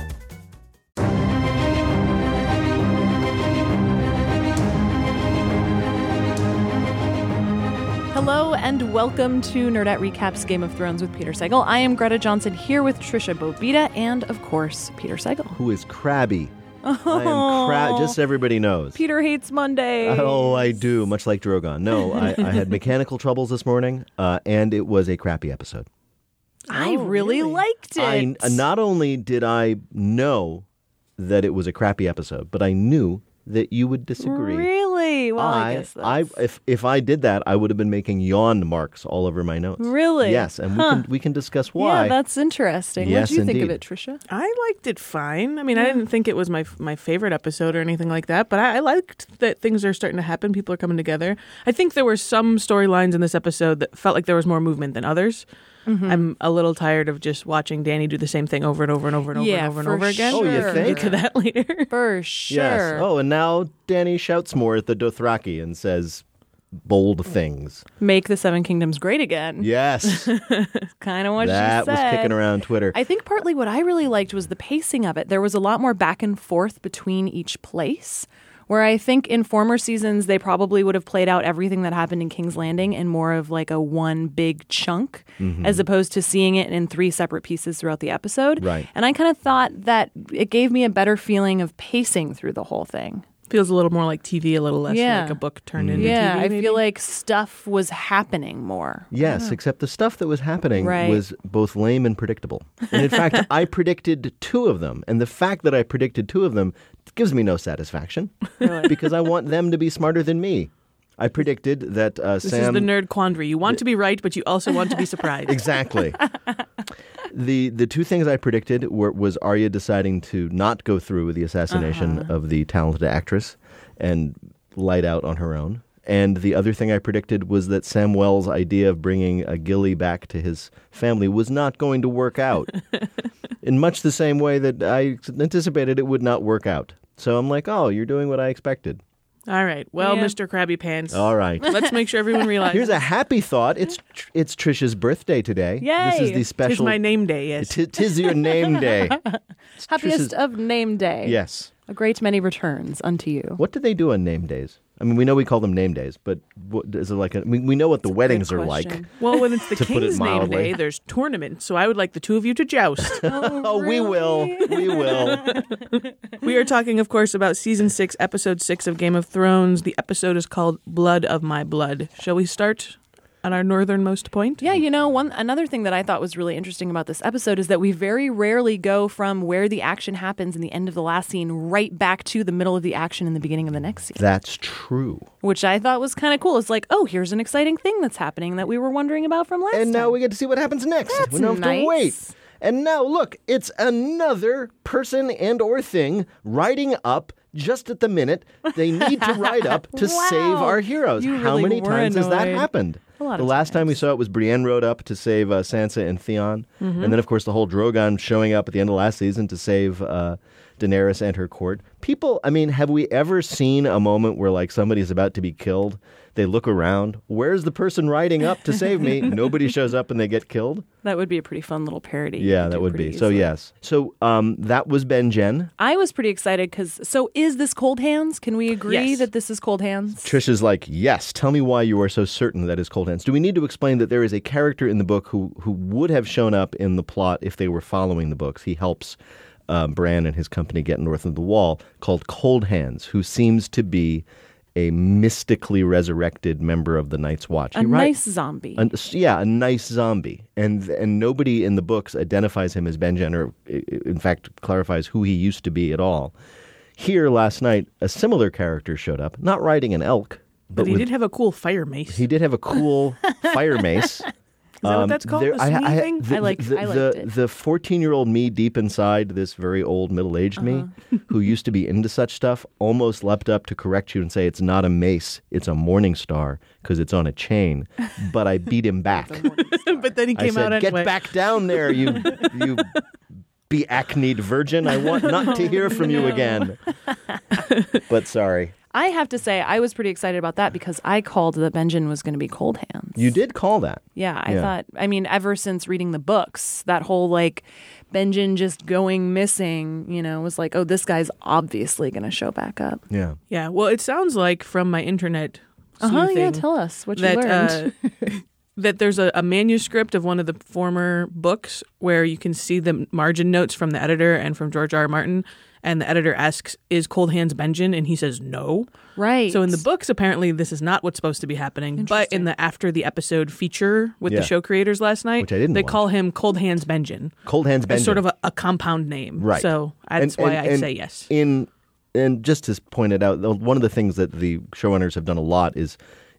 Hello and welcome to Nerdette Recaps Game of Thrones with Peter Segal. I am Greta Johnson here with Trisha Bobita and, of course, Peter Segal. who is crabby. I am crab. Just so everybody knows. Oh. Peter hates Monday. Oh, I do. Much like Drogon. No, I, I had mechanical troubles this morning, uh, and it was a crappy episode. I really, liked it. I not only did I know that it was a crappy episode, but I knew that you would disagree. Really? Well, I, I, guess that's... I- if if I did that, I would have been making yawn marks all over my notes. Really? Yes, and we can we can discuss why. Yeah, that's interesting. what Yes, do you think of indeed. it, Trisha? I liked it fine. I mean, I didn't think it was my my favorite episode or anything like that, but I, I liked that things are starting to happen. People are coming together. I think there were some storylines in this episode that felt like there was more movement than others. Mm-hmm. I'm a little tired of just watching Danny do the same thing over and over and over and over Yeah, and over and for over again. Oh, you We'll think? Get to that later. For sure. yes. Oh, and now Danny shouts more at the Dothraki and says bold things. Make the Seven Kingdoms great again. Yes. Kind of what that she said. was kicking around Twitter. I think partly what I really liked was the pacing of it. There was a lot more back and forth between each place. Where I think in former seasons they probably would have played out everything that happened in King's Landing in more of like a one big chunk Mm-hmm. as opposed to seeing it in three separate pieces throughout the episode. Right. And I kind of thought that it gave me a better feeling of pacing through the whole thing. Feels a little more like TV, a little less Yeah. like a book turned into yeah, TV. I maybe. feel like stuff was happening more. yes, except the stuff that was happening Right. was both lame and predictable. And in fact, I predicted two of them. And the fact that I predicted two of them gives me no satisfaction because I want them to be smarter than me. I predicted that uh, this Sam. is the nerd quandary. You want to be right, but you also want to be surprised. Exactly. the the two things I predicted were was Arya deciding to not go through with the assassination Uh-huh. of the talented actress and light out on her own. And the other thing I predicted was that Sam Wells' idea of bringing a Gilly back to his family was not going to work out, in much the same way that I anticipated it would not work out. So I'm like, oh, you're doing what I expected. All right. Well, Yeah. Mr. Krabby Pants. All right. Let's make sure everyone realizes Here's a happy thought. It's tr- it's Trisha's birthday today. This Yay. is the Tis it's special my name day. Yes. T- Tis your name day. Happiest Trisha's- of name day. yes. A great many returns unto you. What do they do on name days? I mean, we know we call them name days, but what, is it like? A, I mean, we know what the weddings are like. question. Well, when it's the To put it king's name mildly. day, there's tournaments, so I would like the two of you to joust. Oh, we will. We will. we are talking, of course, about season six, episode six of Game of Thrones. The episode is called Blood of My Blood. Shall we start at our northernmost point? Yeah, you know, one another thing that I thought was really interesting about this episode is that we very rarely go from where the action happens in the end of the last scene right back to the middle of the action in the beginning of the next scene, That's true. which I thought was kind of cool. It's like, oh, here's an exciting thing that's happening that we were wondering about from last. And now time. we get to see what happens next. That's we don't have nice. to wait. And now look, it's another person and or thing riding up just at the minute they need to ride up to Wow. save our heroes. You How really many were times has that annoyed. happened? A lot the of last time we saw it was Brienne rode up to save uh, Sansa and Theon, Mm-hmm. and then of course the whole Drogon showing up at the end of last season to save uh, Daenerys and her court. People, I mean, have we ever seen a moment where like somebody's about to be killed? They look around. Where's the person riding up to save me? Nobody shows up and they get killed. that would be a pretty fun little parody. you Yeah, could that do would be. pretty So easily. yes. So um, that was Ben Jen. I was pretty excited because so is this cold hands? Can we agree Yes. that this is cold hands? Trish is like, yes. Tell me why you are so certain that is Cold Hands. Do we need to explain that there is a character in the book who who would have shown up in the plot if they were following the books? He helps um, Bran and his company get north of the Wall, called Cold Hands, who seems to be a mystically resurrected member of the Night's Watch. a He ri- nice zombie. An, yeah, a nice zombie, and and nobody in the books identifies him as Ben Jen, or i- i- in fact clarifies who he used to be at all. Here last night, a similar character showed up, not riding an elk, but, But he with, did have a cool fire mace. he did have a cool fire mace. Um, Is that what that's called? there- The swinging thing? the- I liked- the, I liked the, it. the fourteen-year-old me deep inside this very old middle-aged Uh-huh. me, who used to be into such stuff, almost leapt up to correct you and say it's not a mace, it's a morning star because it's on a chain. But I beat him back. but then he I came said, out "Get anyway. back down there, you you be acneed virgin. I want not to hear from you again. but sorry. I have to say, I was pretty excited about that because I called that Benjen was going to be cold hands. You did call that. Yeah, I Yeah. thought. I mean, ever since reading the books, that whole like Benjen just going missing, you know, was like, oh, this guy's obviously going to show back up. Yeah. Yeah. Well, it sounds like from my internet Uh huh. sleuthing Yeah, tell us what you that learned. uh, that there's a, a manuscript of one of the former books where you can see the margin notes from the editor and from George R. R. Martin, and the editor asks, "Is Cold Hands Benjen?" and he says, "No." right. So in the books, apparently this is not what's supposed to be happening. But in the after the episode feature with Yeah. the show creators last night, Which I didn't they watch. call him Cold Hands Benjen. Cold hands It's bending. sort of a, a compound name, Right. So And- that's why and- I and say yes. In and just to point it out, the- one of the things that the showrunners have done a lot is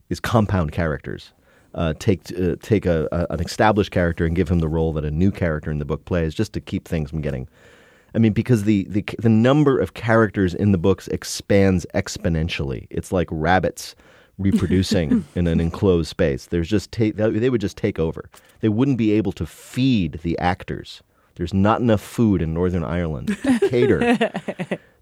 is compound characters. Uh, take uh, take a, a an established character and give him the role that a new character in the book plays, just to keep things from getting. I mean, because the the the number of characters in the books expands exponentially. It's like rabbits reproducing in an enclosed space. There's just ta- they they would just take over. They wouldn't be able to feed the actors. There's not enough food in Northern Ireland to cater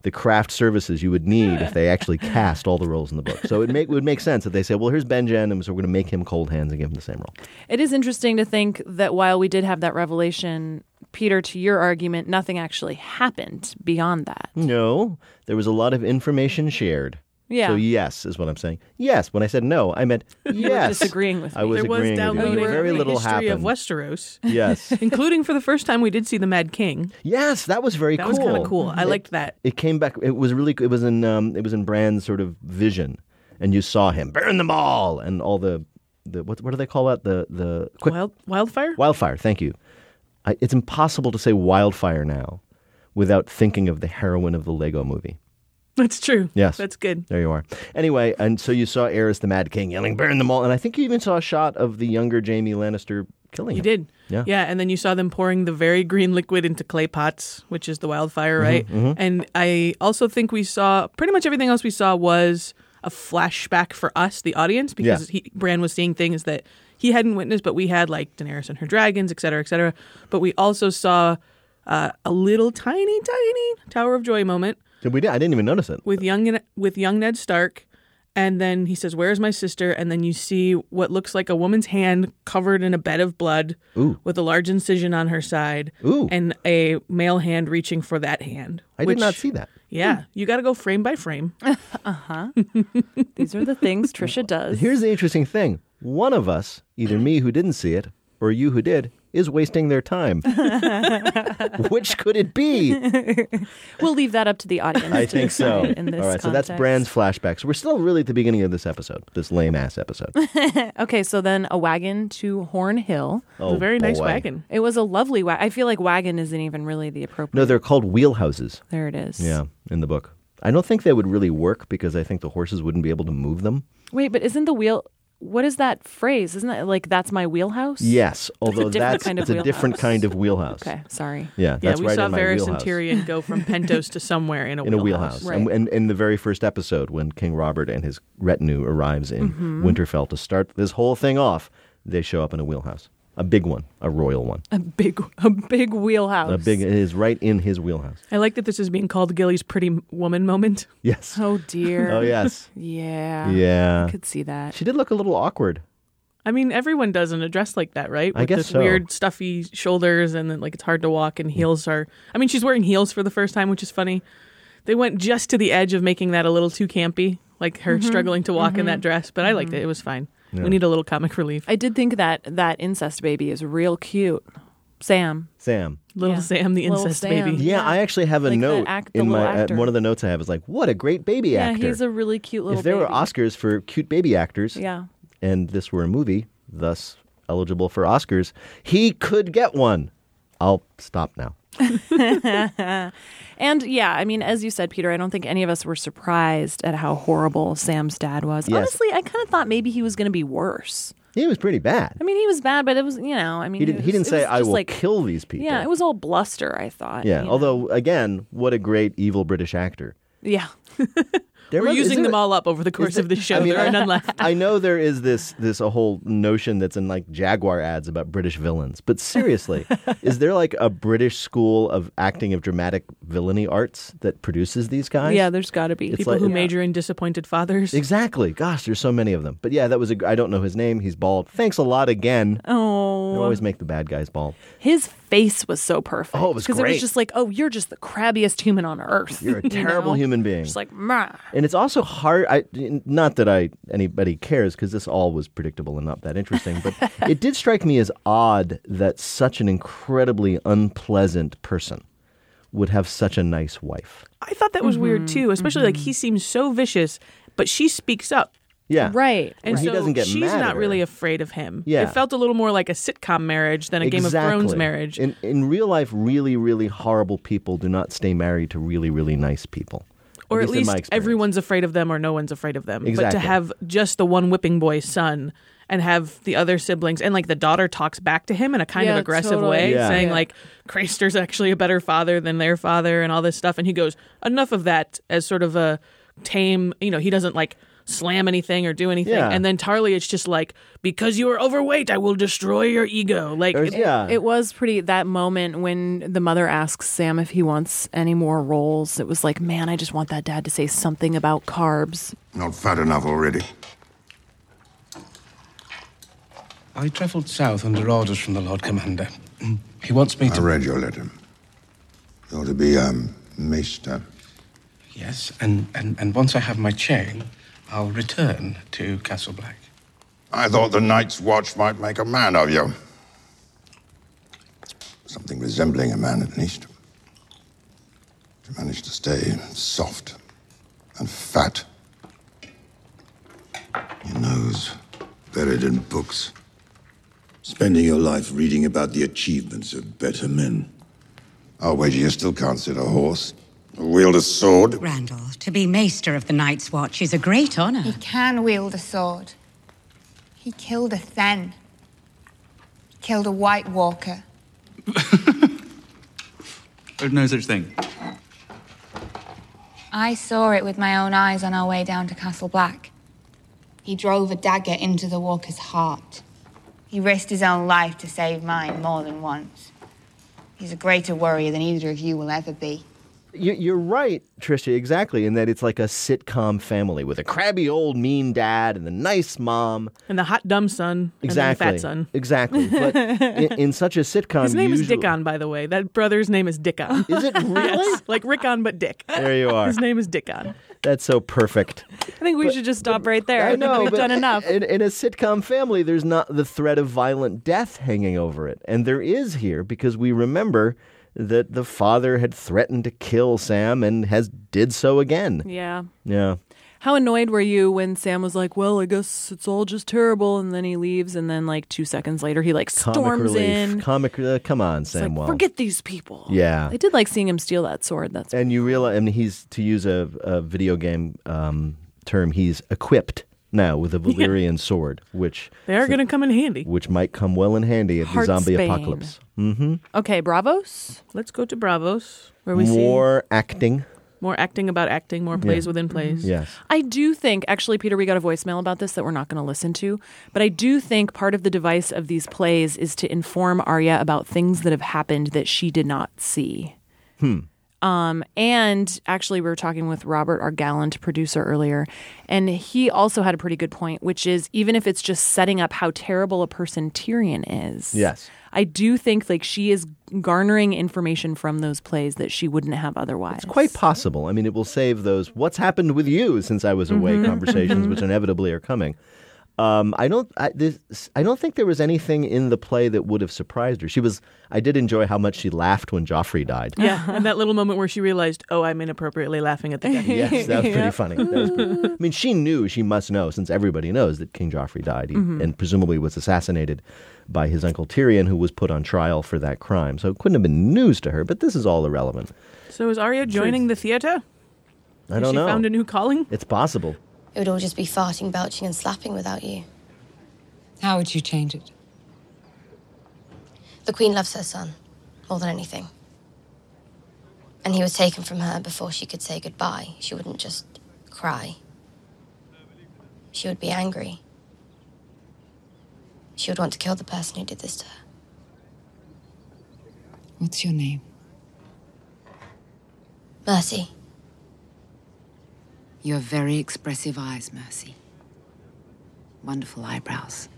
the craft services you would need if they actually cast all the roles in the book. So it make, would make sense that they say, well, here's Ben Jen, and so we're going to make him cold hands and give him the same role. It is interesting to think that while we did have that revelation, Peter, to your argument, nothing actually happened beyond that. No, there was a lot of information shared. Yeah. So yes is what I'm saying. Yes. When I said no, I meant yes. disagreeing with I me. was there was agreeing with you. downloaded Very the little history happened. of Westeros, yes. including for the first time we did see the Mad King. Yes, that was very That cool. was kind of cool. I liked that. It came back. It was really. It was in. Um, it was in Brand's sort of vision, and you saw him burn them all, and all the, the what, what do they call that? The the quick Wild, wildfire? Wildfire, thank you. I, it's impossible to say wildfire now without thinking of the heroine of the Lego movie. That's true. Yes. That's good. There you are. Anyway, and so you saw Eris the Mad King yelling, burn them all. And I think you even saw a shot of the younger Jamie Lannister killing You him. did. Yeah. Yeah. And then you saw them pouring the very green liquid into clay pots, which is the wildfire, Mm-hmm, right? And I also think we saw pretty much everything else we saw was a flashback for us, the audience, because he, Bran was seeing things that he hadn't witnessed, but we had, like Daenerys and her dragons, et cetera, et cetera. But we also saw uh, a little tiny, tiny Tower of Joy moment Did we? I didn't even notice it. with young with young Ned Stark, and then he says, "Where's my sister?" And then you see what looks like a woman's hand covered in a bed of blood, with a large incision on her side, Ooh. and a male hand reaching for that hand. I which- did not see that. Yeah, you got to go frame by frame. These are the things Trisha does. Here's the interesting thing one of us, either me who didn't see it or you who did, is wasting their time. Which could it be? we'll leave that up to the audience. I to think so. decide In this All right, so that's context. Brand's flashbacks. We're still really at the beginning of this episode, this lame ass episode. Okay, so then a wagon to Horn Hill. Oh, a very nice boy. wagon. It was a lovely wagon. I feel like wagon isn't even really the appropriate. No, they're called wheelhouses. there it is. Yeah, in the book. I don't think they would really work because I think the horses wouldn't be able to move them. Wait, but isn't the wheel? What is that phrase? Isn't that like that's my wheelhouse? Yes, although different that's, kind of it's a different wheelhouse. kind of wheelhouse. Okay, sorry. Yeah, Yeah, that's we right saw in my Varys wheelhouse. and Tyrion go from Pentos to somewhere in a in a wheelhouse, Right. and, and in the very first episode when King Robert and his retinue arrives in Winterfell to start this whole thing off, they show up in a wheelhouse, a big one, a royal one, A big, a big wheelhouse. a big. It is right in his wheelhouse. I like that this is being called Gilly's pretty woman moment. Yes. Oh dear. Oh yes. Yeah. Yeah. I could see that. She did look a little awkward. I mean, everyone does in a dress like that, right? I With guess this so. weird stuffy shoulders and then like it's hard to walk and heels Hmm. are I mean, she's wearing heels for the first time, which is funny. They went just to the edge of making that a little too campy, like her Mm-hmm. struggling to walk in that dress, but I liked it. It was fine. We need a little comic relief. I did think that that incest baby is real cute. Sam. Sam. little Yeah. Sam the Little incest Sam. baby. Yeah, Yeah. I actually have a Like the note act- the in little my uh, actor. one of the notes I have is like, what a great baby actor. Yeah, he's a really cute little. if there were baby. Oscars for cute baby actors, Yeah. and this were a movie, thus eligible for Oscars, he could get one. I'll stop now. And yeah, I mean, as you said, Peter, I don't think any of us were surprised at how horrible Sam's dad was. Yes. Honestly, I kind of thought maybe he was going to be worse. He was pretty bad. I mean, he was bad, but it was you know, I mean, he it didn't. He was- didn't it say, was "I just will like- kill these people." Yeah, it was all bluster. I thought. Yeah. you know. Although, again, what a great evil British actor. yeah, There We're must- using isn't them it- all up over the course there- of this show. I mean, there I- are none left. I know there is this this a whole notion that's in like Jaguar ads about British villains, but seriously, is there like a British school of acting of dramatic villainy arts that produces these guys? yeah, there's got to be. It's People People like- who yeah. major in disappointed fathers. exactly. Gosh, there's so many of them. But yeah, that was a. gr- I don't know his name. He's bald. Thanks a lot again. Oh, They always make the bad guys bald. his face was so perfect. Oh, it was because it great. was just like, oh, you're just the crabbiest human on earth. You're a terrible know? human being. Just like, meh. And it's also hard. I not that I anybody cares because this all was predictable and not that interesting. But it did strike me as odd that such an incredibly unpleasant person would have such a nice wife. I thought that was weird Mm-hmm. too, especially like Mm-hmm. he seems so vicious, but she speaks up. Yeah, right. And Right. He so doesn't get she's mad at not her. really afraid of him. Yeah. It felt a little more like a sitcom marriage than a Game of Thrones Exactly. marriage. In in real life, really, really horrible people do not stay married to really, really nice people. or at in least, my experience. everyone's afraid of them or no one's afraid of them. But to Exactly. have just the one whipping boy's son and have the other siblings and like the daughter talks back to him in a kind of Yeah, aggressive totally. way, Yeah. saying Yeah. like Craster's actually a better father than their father and all this stuff. And he goes, Enough of that as sort of a tame you know, he doesn't like slam anything or do anything. Yeah. And then Tarly it's just like, Because you are overweight, I will destroy your ego. Like There's- yeah, It was pretty that moment when the mother asks Sam if he wants any more roles. It was like, man, I just want that dad to say something about carbs. Not fat enough already. I travelled south under orders from the Lord Commander. He wants me I to. read your letter. You're to be, um, Mr. Yes, and, and, and once I have my chain, I'll return to Castle Black. I thought the night's watch might make a man of you. Something resembling a man, at least. You managed to stay soft and fat. Your nose buried in books. Spending your life reading about the achievements of better men. I'll wager you still can't sit a horse, or wield a sword. Randall, to be Maester of the Night's Watch is a great He honor. can wield a sword. He killed a Then. He killed a White Walker. There's no such thing. I saw it with my own eyes on our way down to Castle Black. He drove a dagger into the Walker's heart. He risked his own life to save mine more than once. He's a greater warrior than either of you will ever be. You- You're right, Tricia, exactly, in that it's like a sitcom family with a crabby old mean dad and the nice mom. and the hot dumb son Exactly. and then the fat son. Exactly. But in, in such a sitcom, His name usually- is Dickon, by the way. That brother's name is Dickon. Is it really? Yes, like Rickon, but Dick. there you are. His name is Dickon. That's so perfect. I think we should just stop right there. I know. We've but done enough. In, in a sitcom family, there's not the threat of violent death hanging over it, and there is here because we remember that the father had threatened to kill Sam and has did so again. yeah. Yeah. How annoyed were you when Sam was like, "Well, I guess it's all just terrible," and then he leaves, and then like two seconds later, he like Comic storms relief. in. Comic. Uh, come on, It's Sam. like, Well. forget these people. Yeah. Eh. I did like seeing him steal that sword. That's and you realize, and he's to use a, a video game um, term, he's equipped now with a Valyrian sword, which They are going to come in handy. which might come well in handy at the Heart zombie Spain. apocalypse. okay. Bravos. Let's go to Bravos, where we More acting. see more acting about acting, more plays within plays. Yes. I do think, actually, Peter, we got a voicemail about this that we're not going to listen to, but I do think part of the device of these plays is to inform Arya about things that have happened that she did not see. Hmm. Um, and actually, we were talking with Robert, our gallant producer, earlier, and he also had a pretty good point, which is even if it's just setting up how terrible a person Tyrion is. Yes. I do think like she is garnering information from those plays that she wouldn't have otherwise. It's quite possible. I mean, it will save those "What's happened with you since I was away" conversations, which inevitably are coming. Um, I don't. I, this, I don't think there was anything in the play that would have surprised her. She was. I did enjoy how much she laughed when Joffrey died. Yeah, and that little moment where she realized, oh, I'm inappropriately laughing at the guy. Yes, that was pretty funny. That was pretty, I mean, she knew, she must know, since everybody knows that King Joffrey died he, Mm-hmm. and presumably was assassinated by his uncle Tyrion, who was put on trial for that crime. So it couldn't have been news to her, but this is all irrelevant. So is Arya joining the theater? I don't she know. found a new calling? it's possible. It would all just be farting, belching, and slapping without you. How would you change it? The Queen loves her son more than anything. And he was taken from her before she could say goodbye. She wouldn't just cry. She would be angry. She would want to kill the person who did this to her. What's your name? Mercy. Your very expressive eyes, Mercy. Wonderful eyebrows.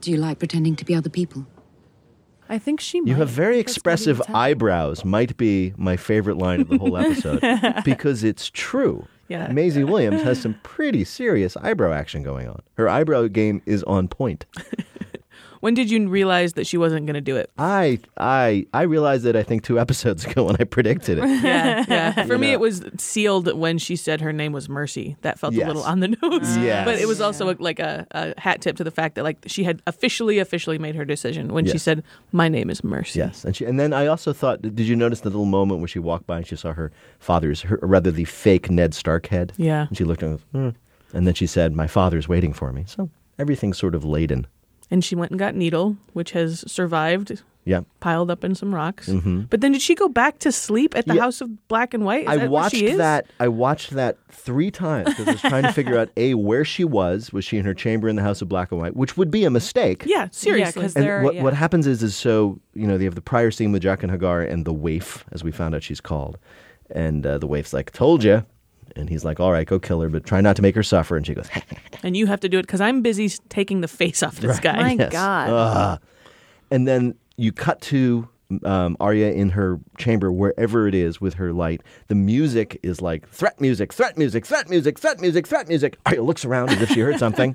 Do you like pretending to be other people? I think she You have very expressive eyebrows. Might be my favorite line of the whole episode because it's true. Yeah. Maisie Williams has some pretty serious eyebrow action going on. Her eyebrow game is on point. When did you realize that she wasn't going to do it? I I I realized that I think two episodes ago when I predicted it. Yeah, yeah. For me, Yeah. it was sealed when she said her name was Mercy. That felt Yes. a little on the nose. Yes. But it was also a, like a, a hat tip to the fact that like she had officially, officially made her decision when she Yes. said, "My name is Mercy." Yes, and she, and then I also thought, did you notice the little moment where she walked by and she saw her father's, her, or rather the fake Ned Stark head? Yeah. and she looked and, goes, "Hmm." and then she said, "My father's waiting for me." So everything's sort of laden. And she went and got Needle, which has survived, Yeah, piled up in some rocks. Mhm. But then did she go back to sleep at the Yeah. House of Black and White? Is I that watched where she is? that. I watched that three times because I was trying to figure out a where she was. Was she in her chamber in the House of Black and White, which would be a mistake. Yeah, seriously. 'cause And they're- what, yeah. what happens is, is so you know they have the prior scene with Jack and Hagar and the waif, as we found out she's called, and uh, the waif's like, "Told you," and he's like, "All right, go kill her, but try not to make her suffer." And she goes, and you have to do it because I'm busy s- taking the face off this guy. Yes. Ugh. And then you cut to um, Arya in her chamber, wherever it is, with her light. The music is like threat music, threat music, threat music, threat music, threat music. Arya looks around as if she heard something.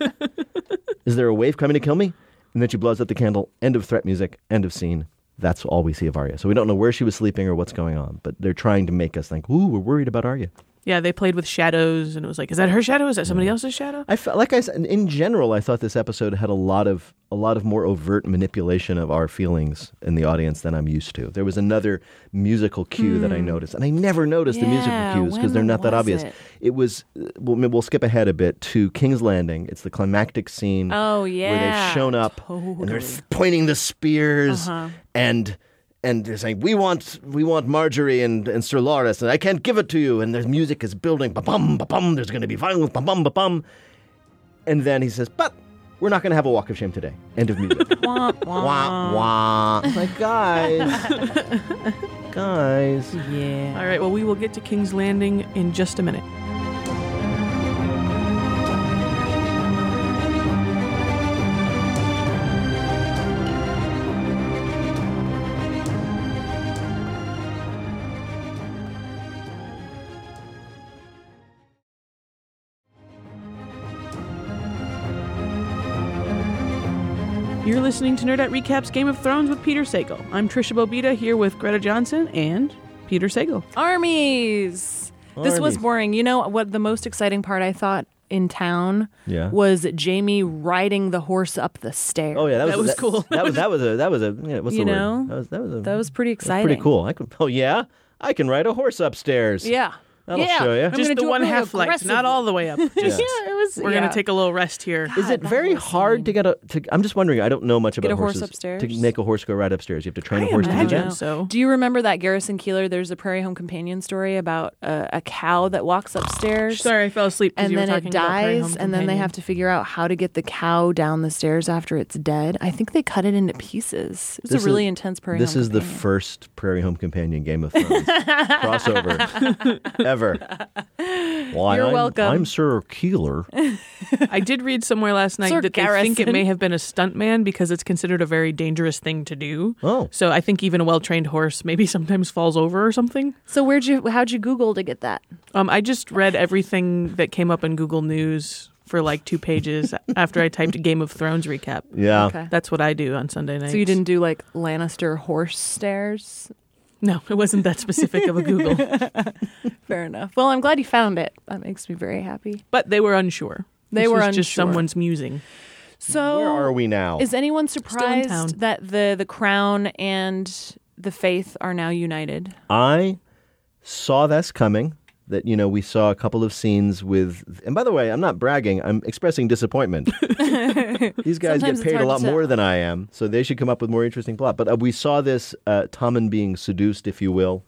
is there a wave coming to kill me? And then she blows out the candle. End of threat music. End of scene. That's all we see of Arya. So we don't know where she was sleeping or what's going on, but they're trying to make us think, ooh, we're worried about Arya. Yeah, they played with shadows, and it was like, is that her shadow? Is that somebody else's shadow? I felt like I said in general, I thought this episode had a lot of a lot of more overt manipulation of our feelings in the audience than I'm used to. There was another musical cue that I noticed, and I never noticed the musical Hmm. Yeah, cues because they're when not that was obvious. it? was uh, we'll, we'll skip ahead a bit to King's Landing. It's the climactic scene. Oh, where yeah. they've shown up and they're th- pointing the spears Uh-huh. and. And they're saying, we want, we want Marjorie and, and Sir Loris, and I can't give it to you. And the music is building. Ba-bum, ba-bum, there's going to be violence. Ba-bum, ba-bum. And then he says, but we're not going to have a walk of shame today. End of music. wah, wah. It's Like, guys. guys. Yeah. All right, well, we will get to King's Landing in just a minute. You're listening to Nerdette Recaps Game of Thrones with Peter Sagal. I'm Trisha Bobita here with Greta Johnson and Peter Sagal. Armies. This was Armies. boring. You know what the most exciting part I thought in town Yeah. was Jamie riding the horse up the stairs. Oh yeah, that was, that, cool. That was that was a that was a yeah, what's You the word? know? That was that was a, That was pretty that's exciting. pretty cool. I could, oh yeah, I can ride a horse upstairs. Yeah. That'll yeah. show ya. I'm Just gonna the do it one really half length, not aggressively. all the way up. yeah, Just- it was. We're yeah. gonna take a little rest here. Is it very hard to get a? To, I'm just wondering. I don't know much Get about a horse horses. upstairs? To make a horse go right upstairs, you have to train a I horse to do imagine that. so. Do you remember that Garrison Keeler? There's a Prairie Home Companion story about a, a cow that walks upstairs. Sorry, I fell asleep. 'cause And you then were it talking about Prairie Home dies, and then they Companion. have to figure out how to get the cow down the stairs after it's dead. I think they cut it into pieces. It was This a really is- intense Prairie This Home is the first Prairie Home Companion Game of Thrones crossover ever. Why, You're I'm- welcome. I'm Sir Keeler. I did read somewhere last night Sir that they think it Garrison. may have been a stuntman because it's considered a very dangerous thing to do. Oh. So I think even a well trained horse maybe sometimes falls over or something. So where'd you? How'd you Google to get that? Um, I just read everything that came up in Google News for like two pages after I typed Game of Thrones recap. Yeah. Okay. That's what I do on Sunday nights. So you didn't do like Lannister horse stairs? No, it wasn't that specific of a Google. Fair enough. Well, I'm glad you found it. That makes me very happy. But they were unsure. They This were was just unsure. someone's musing. So Where are we Oh. now? Is anyone surprised town. that the the crown and the faith are now united? I saw this coming. That you know, we saw a couple of scenes with. And by the way, I'm not bragging. I'm expressing disappointment. These guys Sometimes it's get paid a hard lot to more tell. than I am, so they should come up with more interesting plot. But uh, we saw this uh, Tommen being seduced, if you will,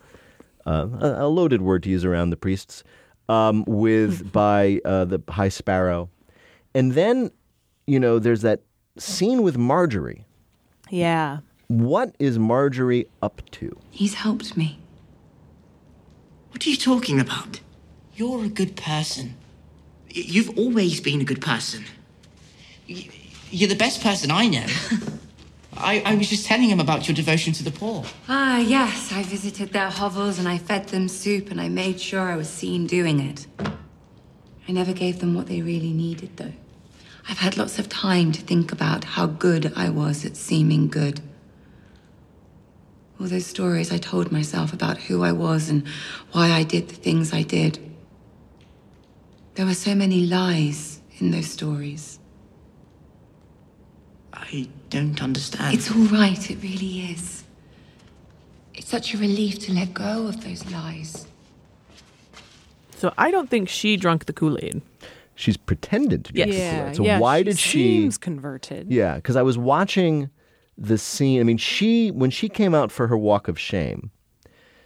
uh, a, a loaded word to use around the priests. um, with by uh, the High Sparrow, and then you know there's that scene with Marjorie. Yeah. What is Marjorie up to? He's helped me. What are you talking about? You're a good person. Y- You've always been a good person. Y- You're the best person I know. I, I was just telling him about your devotion to the poor. Ah, yes, I visited their hovels and I fed them soup and I made sure I was seen doing it. I never gave them what they really needed, though. I've had lots of time to think about how good I was at seeming good. All those stories I told myself about who I was and why I did the things I did. There were so many lies in those stories. I don't understand. It's all right, it really is. It's such a relief to let go of those lies. So I don't think she drunk the Kool Aid. She's pretended to be. Yes. Dracula. Yeah, so yeah, why she did she? seems converted. Yeah, because I was watching the scene. I mean, she when she came out for her walk of shame,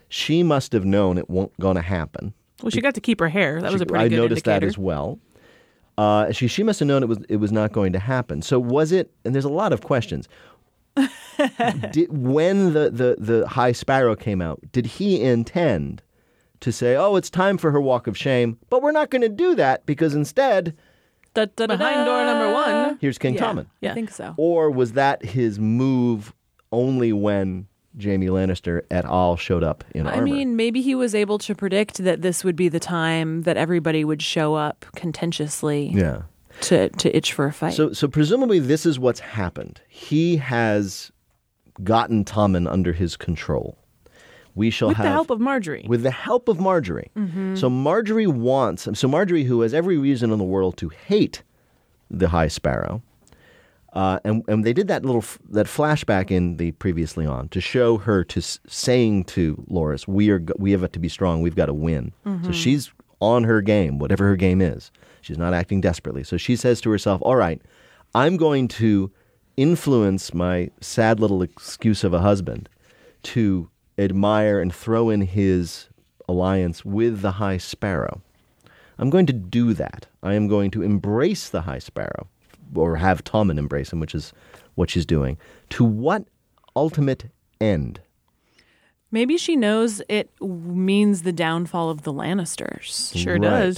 she must have known it won't gonna happen. Well, she got to keep her hair. That was She- a pretty I good noticed indicator. that as well. Uh, she she must have known it was it was not going to happen. So was it? And there's a lot of questions. did, when the, the the high sparrow came out, did he intend to say, "Oh, it's time for her walk of shame," but we're not going to do that because instead, Behind door number one. here's King Yeah, Tommen. yeah. I think so. Or was that his move only when Jamie Lannister et al. showed up in I armor? mean, maybe he was able to predict that this would be the time that everybody would show up contentiously yeah. to, to itch for a fight. So, so presumably, this is what's happened. He has gotten Tommen under his control. We shall With have the help of Mm-hmm. Marjorie. with the help of Marjorie. So Marjorie wants. So Marjorie, who has every reason in the world to hate the High Sparrow, uh, and and they did that little f- that flashback in the previously on to show her to s- saying to Loris, "We are g- we have to be strong. We've got to win." So Mhm. she's on her game, whatever her game is. She's not acting desperately. So she says to herself, "All right, I'm going to influence my sad little excuse of a husband to admire and throw in his alliance with the High Sparrow. I'm going to do that. I am going to embrace the High Sparrow, or have Tommen embrace him, which is what she's doing. To what ultimate end? maybe she knows it w- means the downfall of the Lannisters. Right.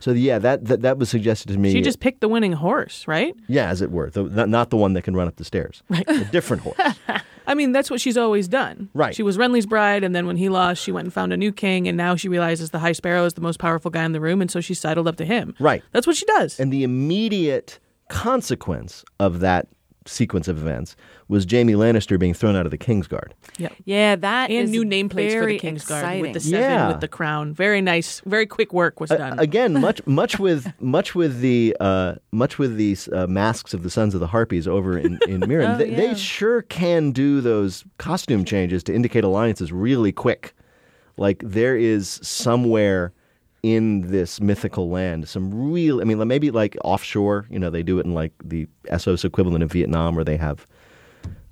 So yeah, that, that that was suggested to me. She just picked the winning horse, right? yeah, as it were, the, not, not the one that can run up the stairs, right? A different horse. I mean, that's what she's always done. Right. She was Renly's bride, and then when he lost, she went and found a new king, and now she realizes the High Sparrow is the most powerful guy in the room, and so she sidled up to him. Right. That's what she does. And the immediate consequence of that sequence of events was Jamie Lannister being thrown out of the Kingsguard. Yeah. Yeah, that and is new nameplates for very the King's Guard with the exciting. seven, Yeah. with the crown. Very nice. Very quick work was A- done. again, much much with much with the uh, much with the uh, masks of the Sons of the Harpies over in in Mirren. Oh, they, they yeah. sure can do those costume changes to indicate alliances really quick. Like there is somewhere in this mythical land some real. I mean, like, maybe like offshore. You know, they do it in like the SOS equivalent of Vietnam, where they have.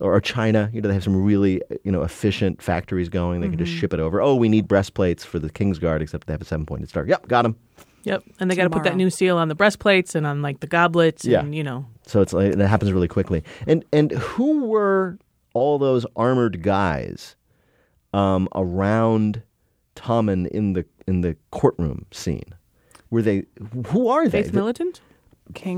Or China, you know, they have some really, you know, efficient factories going. They can just Mhm. ship it over. Oh, we need breastplates for the King's Guard, except they have a seven-pointed star. Yep, got them. Yep. And they got to put that Tomorrow. new seal on the breastplates and on like the goblets Yeah. and you know. So it's like, and it happens really quickly. And and who were all those armored guys um, around Tommen in the in the courtroom scene? Were they? Who are they? Faith Militant?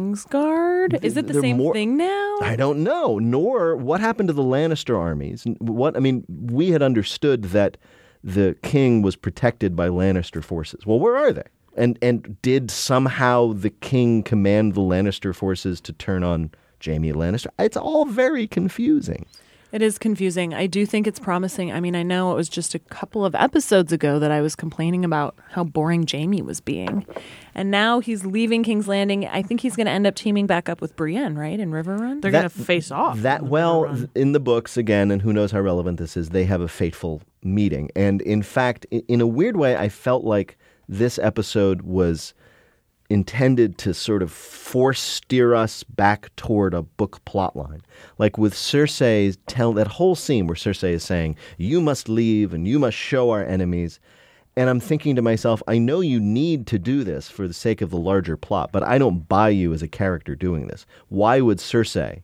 Kingsguard? Is it the They're same more- thing now? I don't know. Nor what happened to the Lannister armies? What I mean, we had understood that the king was protected by Lannister forces. Well, where are they? And and did somehow the king command the Lannister forces to turn on Jamie Lannister? It's all very confusing. It is confusing. I do think it's promising. I mean, I know it was just a couple of episodes ago that I was complaining about how boring Jamie was being. And now he's leaving King's Landing. I think he's going to end up teaming back up with Brienne, right? In River Run? They're going to face off. That well th- in the books again, and who knows how relevant this is. They have a fateful meeting, and in fact, i- in a weird way, I felt like this episode was intended to sort of force steer us back toward a book plot line. Like with Cersei's tell that whole scene where Cersei is saying, "You must leave, and you must show our enemies," And I'm thinking to myself, I know you need to do this for the sake of the larger plot, but I don't buy you as a character doing this. Why would Cersei,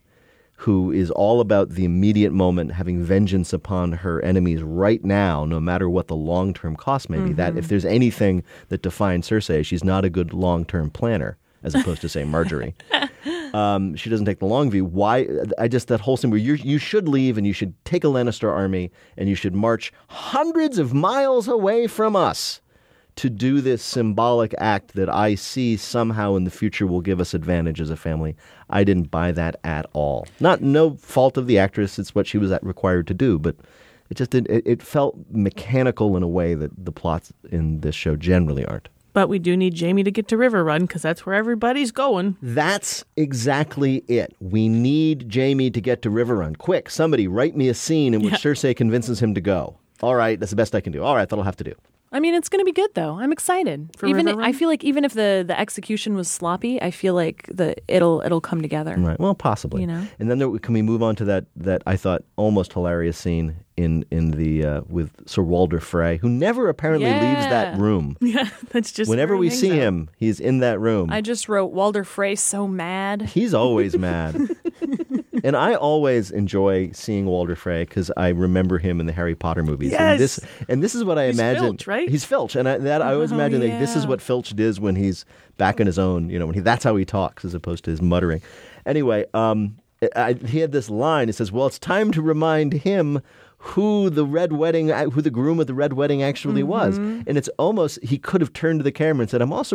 who is all about the immediate moment, having vengeance upon her enemies right now, no matter what the long term cost may be, that Mhm. if there's anything that defines Cersei, she's not a good long term planner, as opposed to, say, Marjorie. um, she doesn't take the long view. Why? I just that whole scene where you you should leave and you should take a Lannister army and you should march hundreds of miles away from us to do this symbolic act that I see somehow in the future will give us advantage as a family. I didn't buy that at all. Not no fault of the actress; it's what she was at- required to do, but. It just did, it, it felt mechanical in a way that the plots in this show generally aren't. But we do need Jamie to get to River Run because that's where everybody's going. That's exactly it. We need Jamie to get to River Run. Quick, somebody write me a scene in which Yeah. Cersei convinces him to go. All right, that's the best I can do. All right, that'll have to do. I mean, it's going to be good though. I'm excited. For even River Run? I feel like even if the the execution was sloppy, I feel like the it'll it'll come together. Right. Well, possibly. You know? And then there, can we move on to that that I thought almost hilarious scene in in the uh, with Sir Walder Frey, who never apparently leaves that Yeah. room. Yeah, that's just Whenever where it we hangs see out. him, he's in that room. I just wrote Walder Frey so mad. He's always mad. and I always enjoy seeing Walter Frey because I remember him in the Harry Potter movies. And this Yes. and this is what I He's imagine. Filch, right? He's Filch, and I, that I always Oh, imagine like, this is yeah. what Filch does when he's back on his own. You know, when he that's how he talks as opposed to his muttering. Anyway, um, I, I- he had this line. It says, "Well, it's time to remind him." Who the red wedding, uh, who the groom of the red wedding actually was, Mhm. and it's almost he could have turned to the camera and said, "I'm also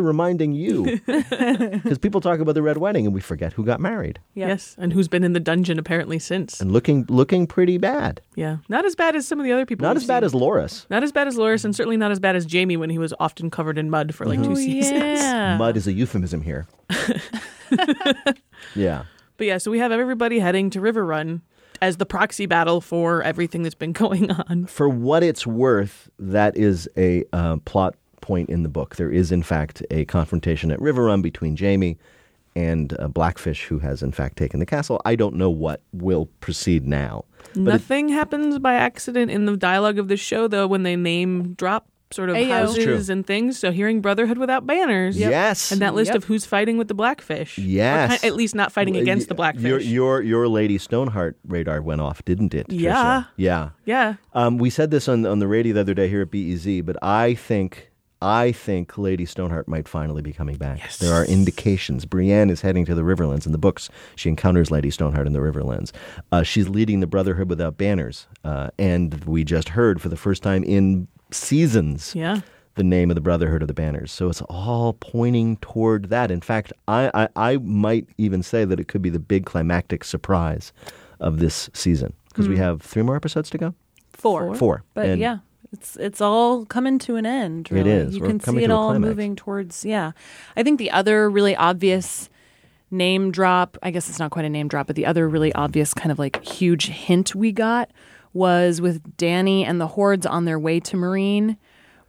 reminding you," because people talk about the red wedding and we forget who got married Yes, and who's been in the dungeon apparently since. and looking looking pretty bad. Yeah, not as bad as some of the other people. Not we've as bad seen. as Loris. Not as bad as Loris, and certainly not as bad as Jamie when he was often covered in mud for like two Oh, seasons. yeah. Mud is a euphemism here. yeah. But yeah, so we have everybody heading to River Run as the proxy battle for everything that's been going on. For what it's worth, that is a uh, plot point in the book. There is, in fact, a confrontation at River Run between Jamie and uh, Blackfish, who has, in fact, taken the castle. I don't know what will proceed now. But it- Nothing happens by accident in the dialogue of the show, though, when they name drop sort of Ayo. That's true. houses and things. So hearing Brotherhood without banners, Yep. Yes. and that list Yep. of who's fighting with the Blackfish, Or Yes. ki- at least not fighting Well, against y- the Blackfish. Your, your, your Lady Stoneheart radar went off, didn't it? Tricia? Yeah. Yeah. yeah, Um, we said this on on the radio the other day here at BEZ, but I think I think Lady Stoneheart might finally be coming back. There are indications. Brienne is heading to the Riverlands. In the books, she encounters Lady Stoneheart in the Riverlands. Uh, she's leading the Brotherhood without banners, uh, and we just heard for the first time in seasons yeah. the name of the Brotherhood of the Banners. So it's all pointing toward that. In fact, I, I, I might even say that it could be the big climactic surprise of this season because we Hmm. have three more episodes to go. Four. Four. But And- yeah, it's it's all coming to an end. It Really. is. You We're can coming see it to a all climax. moving towards. Yeah, I think the other really obvious name drop. I guess it's not quite a name drop, but the other really obvious kind of like huge hint we got was with Danny and the hordes on their way to Marine.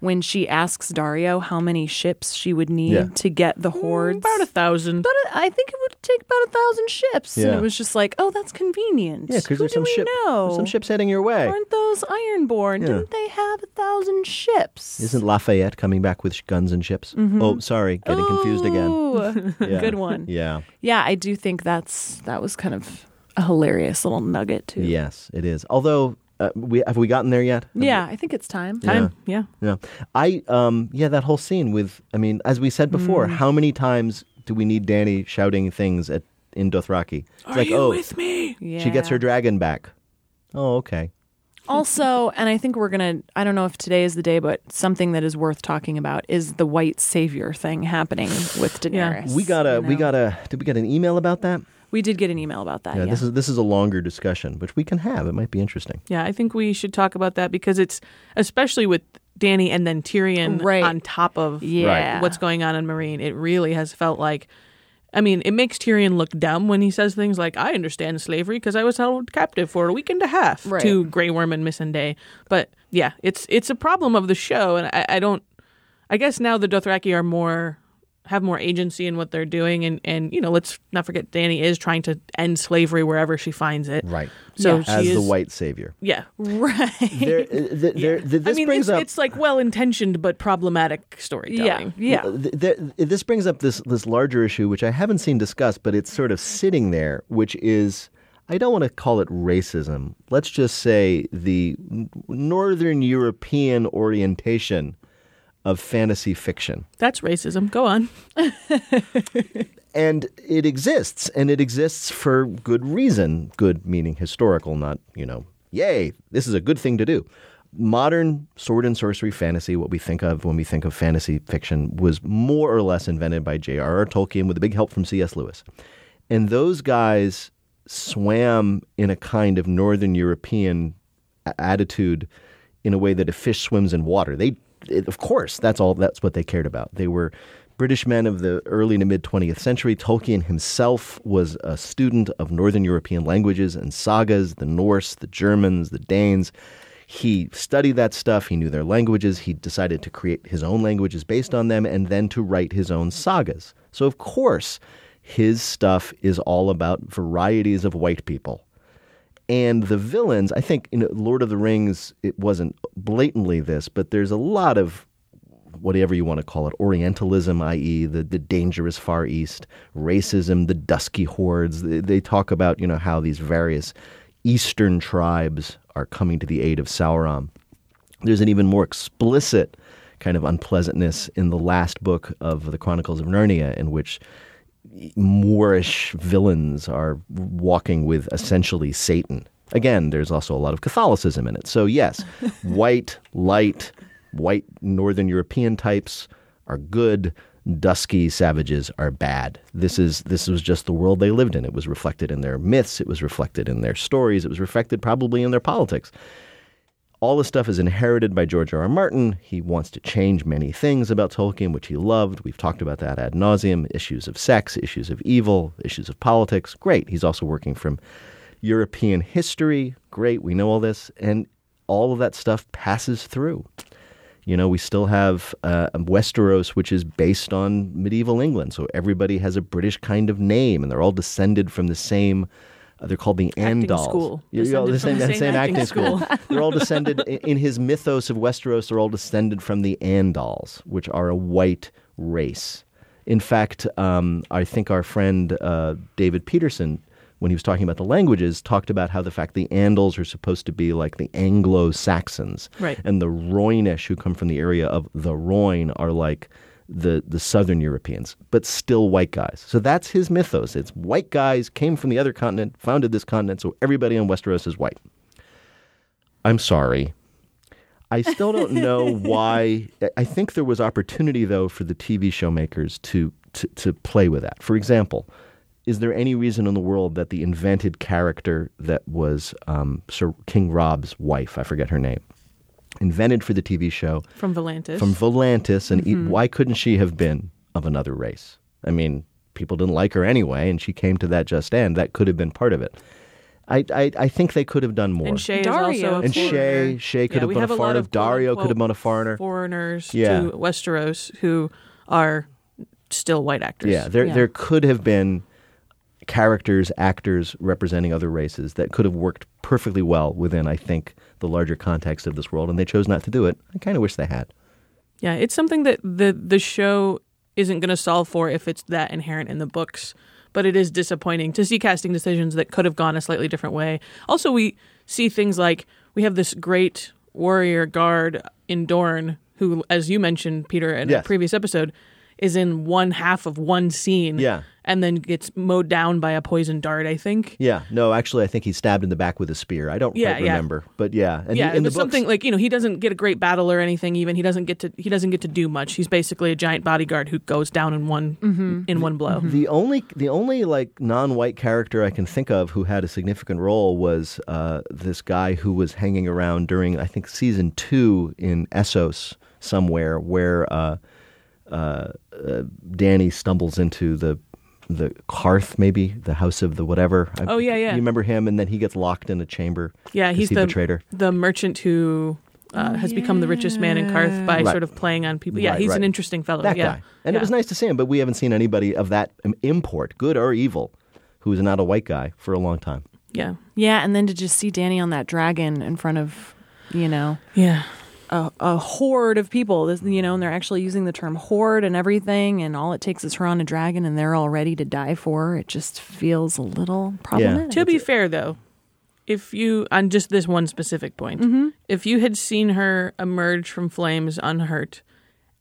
When she asks Dario how many ships she would need Yeah. to get the hordes, about a thousand. But I think it would take about a thousand ships, and Yeah. it was just like, oh, that's convenient. Yeah, because Who there's some do we ship, know? there's some ships heading your way. Aren't those Ironborn? Yeah. Didn't they have a thousand ships? Isn't Lafayette coming back with sh- guns and ships? Mhm. Oh, sorry, getting confused again. Ooh, good one. Yeah. Yeah, I do think that's that was kind of a hilarious little nugget too. Yes, it is. Although, uh, we have we gotten there yet? Yeah, I think it's time. yeah. Yeah. I um yeah, that whole scene with I mean, as we said before, Mm. how many times do we need Danny shouting things at in Dothraki? It's Are like, you oh, with me? She gets her Yeah. dragon back. Oh, okay. Also, and I think we're gonna I don't know if today is the day, but something that is worth talking about is the white savior thing happening with Daenerys. We got a you we know? got a did we get an email about that? We did get an email about that. Yeah, this is this is a longer discussion, which we can have. It might be interesting. Yeah, I think we should talk about that because it's especially with Danny and then Tyrion Right. on top of Yeah. what's going on in Marine. It really has felt like I mean, it makes Tyrion look dumb when he says things like "I understand slavery because I was held captive for a week and a half" Right. to Grey Worm and Missandei. But yeah, it's it's a problem of the show, and I, I don't. I guess now the Dothraki are more have more agency in what they're doing and and you know let's not forget Danny is trying to end slavery wherever she finds it Right. so she as is the white savior. yeah right There, uh, th- there, th- this I mean brings it's, up. it's like well intentioned but problematic storytelling Th- th- th- this brings up this this larger issue, which I haven't seen discussed, but it's sort of sitting there, which is I don't want to call it racism. Let's just say the n- Northern European orientation of fantasy fiction. that's racism go on and it exists, and it exists for good reason. Good meaning historical, not, you know, yay, this is a good thing to do. Modern sword and sorcery fantasy, what we think of when we think of fantasy fiction, was more or less invented by J.R.R. Tolkien with a big help from C.S. Lewis. And those guys swam in a kind of Northern European a- attitude in a way that a fish swims in water. They, it, of course, that's all. That's what they cared about. They were British men of the early to mid 20th century. Tolkien himself was a student of Northern European languages and sagas: the Norse, the Germans, the Danes. He studied that stuff. He knew their languages. He decided to create his own languages based on them, and then to write his own sagas. So, of course, his stuff is all about varieties of white people and the villains i think you know lord of the rings it wasn't blatantly this but there's a lot of whatever you want to call it orientalism i.e the, the dangerous far east racism the dusky hordes they, they talk about you know how these various eastern tribes are coming to the aid of sauron there's an even more explicit kind of unpleasantness in the last book of the Chronicles of Narnia, in which Moorish villains are walking with essentially Satan. Again, there's also a lot of Catholicism in it. So, yes, white, light, white Northern European types are good. Dusky savages are bad. This is this was just the world they lived in. It was reflected in their myths. It was reflected in their stories. It was reflected probably in their politics all this stuff is inherited by George R. R. Martin. He wants to change many things about Tolkien, which he loved. We've talked about that ad nauseum issues of sex, issues of evil, issues of politics. Great. He's also working from European history. Great. We know all this. And all of that stuff passes through. You know, we still have uh, Westeros, which is based on medieval England. So everybody has a British kind of name, and they're all descended from the same. Uh, they're called the Andals. school. Yeah, yeah, Descended the from same, the that same same acting acting, school. school. they're all descended i- in his mythos of Westeros. They're all descended from the Andals, which are a white race. In fact, um, I think our friend uh, David Peterson, when he was talking about the languages, talked about how the fact the Andals are supposed to be like the Anglo Saxons, Right. and the Rhoynish, who come from the area of the Rhine, are like the the Southern Europeans, but still white guys. So that's his mythos. It's white guys came from the other continent, founded this continent, so everybody in Westeros is white. I'm sorry. I still don't know why. I- I think there was opportunity, though, for the TV show makers to, to, to play with that. For example, is there any reason in the world that the invented character that was um, Sir King Rob's wife, I forget her name, invented for the TV show from Volantis from Volantis, and e- Mhm. why couldn't she have been of another race? I mean, people didn't like her anyway, and she came to that just end. That could have been part of it. I, I, I think they could have done more. and Shay is also a and Shay, foreigner. Shay could Yeah, have we been a have lot foreigner. of Dario could quote-unquote have been a foreigner. foreigners Yeah. to Westeros who are still white actors Yeah, there there could have been characters, actors representing other races that could have worked perfectly well within, I think, the larger context of this world, and they chose not to do it. I kind of wish they had. Yeah, it's something that the the show isn't going to solve for if it's that inherent in the books, but it is disappointing to see casting decisions that could have gone a slightly different way. Also, we see things like we have this great warrior guard in Dorne who as you mentioned Peter in a Yes. previous episode is in one half of one scene Yeah. and then gets mowed down by a poison dart, I think. Yeah, no, actually, I think he's stabbed in the back with a spear. I don't Yeah, quite yeah. remember, but yeah, and yeah, he- in it the was books, something like you know he doesn't get a great battle or anything. Even he doesn't get to he doesn't get to do much. He's basically a giant bodyguard who goes down in one in one blow. The only the only like non-white character I can think of who had a significant role was uh, this guy who was hanging around during I think season two in Essos somewhere where uh, uh, uh, Danny stumbles into the the Karth maybe the house of the whatever. I- Oh, yeah, yeah. You remember him, and then he gets locked in a chamber. Yeah, 'cause he's he the betrayed her. the merchant who uh, has become the richest man in Karth by Right. sort of playing on people. Yeah, Right, he's right. an interesting fellow. That oh, yeah. guy. And yeah. it was nice to see him, but we haven't seen anybody of that im- import, good or evil, who is not a white guy for a long time. Yeah. Yeah, and then to just see Danny on that dragon in front of, you know, yeah, a, a horde of people. This, you know, and they're actually using the term horde and everything, and all it takes is her on a dragon, and they're all ready to die for. her. It just feels a little problematic. To be fair, though, if you on just this one specific point, Mhm. if you had seen her emerge from flames unhurt,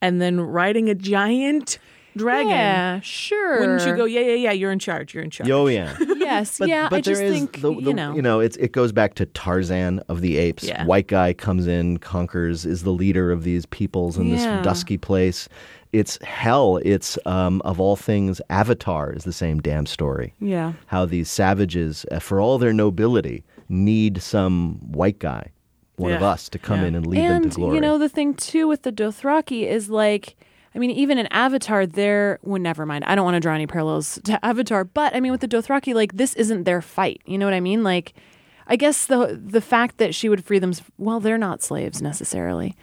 and then riding a giant dragon, Yeah, sure. wouldn't you go? Yeah, yeah, yeah. You're in charge. You're in charge. Yo, yeah. Yes, But- yeah. I but there just is think the- you know. you know, it's it goes back to Tarzan of the apes. Yeah. White guy comes in, conquers, is the leader of these peoples in Yeah. this dusky place. It's hell. It's um, of all things, Avatar is the same damn story. Yeah. How these savages, uh, for all their nobility, need some white guy, one of Yeah. us, to come in and lead and them to glory. you know the thing too with the Dothraki is like, I mean, even in Avatar, there. Well, never mind. I don't want to draw any parallels to Avatar, but I mean, with the Dothraki, like this isn't their fight. You know what I mean? Like, I guess the the fact that she would free them. Well, they're not slaves necessarily.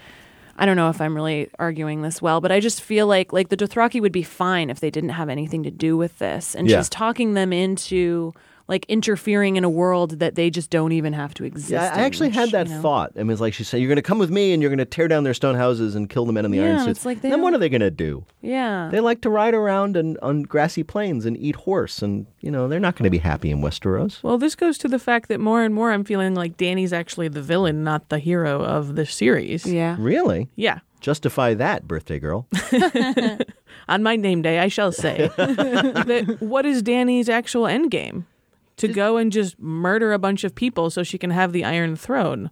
I don't know if I'm really arguing this well, but I just feel like like the Dothraki would be fine if they didn't have anything to do with this, and Yeah. she's talking them into like interfering in a world that they just don't even have to exist. yeah, I- I in, actually had which, that you know? thought. I mean, it's like she said, "You're going to come with me, and you're going to tear down their stone houses and kill the men in the Yeah, iron and suits." it's like they then what don't- are they going to do? Yeah. They like to ride around and on grassy plains and eat horse, and you know they're not going to be happy in Westeros. Well, this goes to the fact that more and more I'm feeling like Danny's actually the villain, not the hero of the series. Yeah. Really? Yeah. Justify that, birthday girl. On my name day, I shall say that what is Danny's actual end game? To go and just murder a bunch of people so she can have the Iron Throne.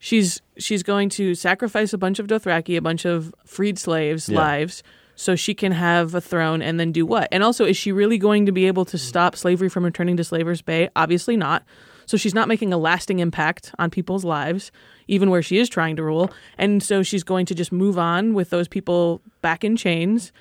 She's she's going to sacrifice a bunch of Dothraki, a bunch of freed slaves' Yeah. lives, so she can have a throne and then do what? And also, is she really going to be able to stop slavery from returning to Slaver's Bay? Obviously not. So she's not making a lasting impact on people's lives, even where she is trying to rule. And so she's going to just move on with those people back in chains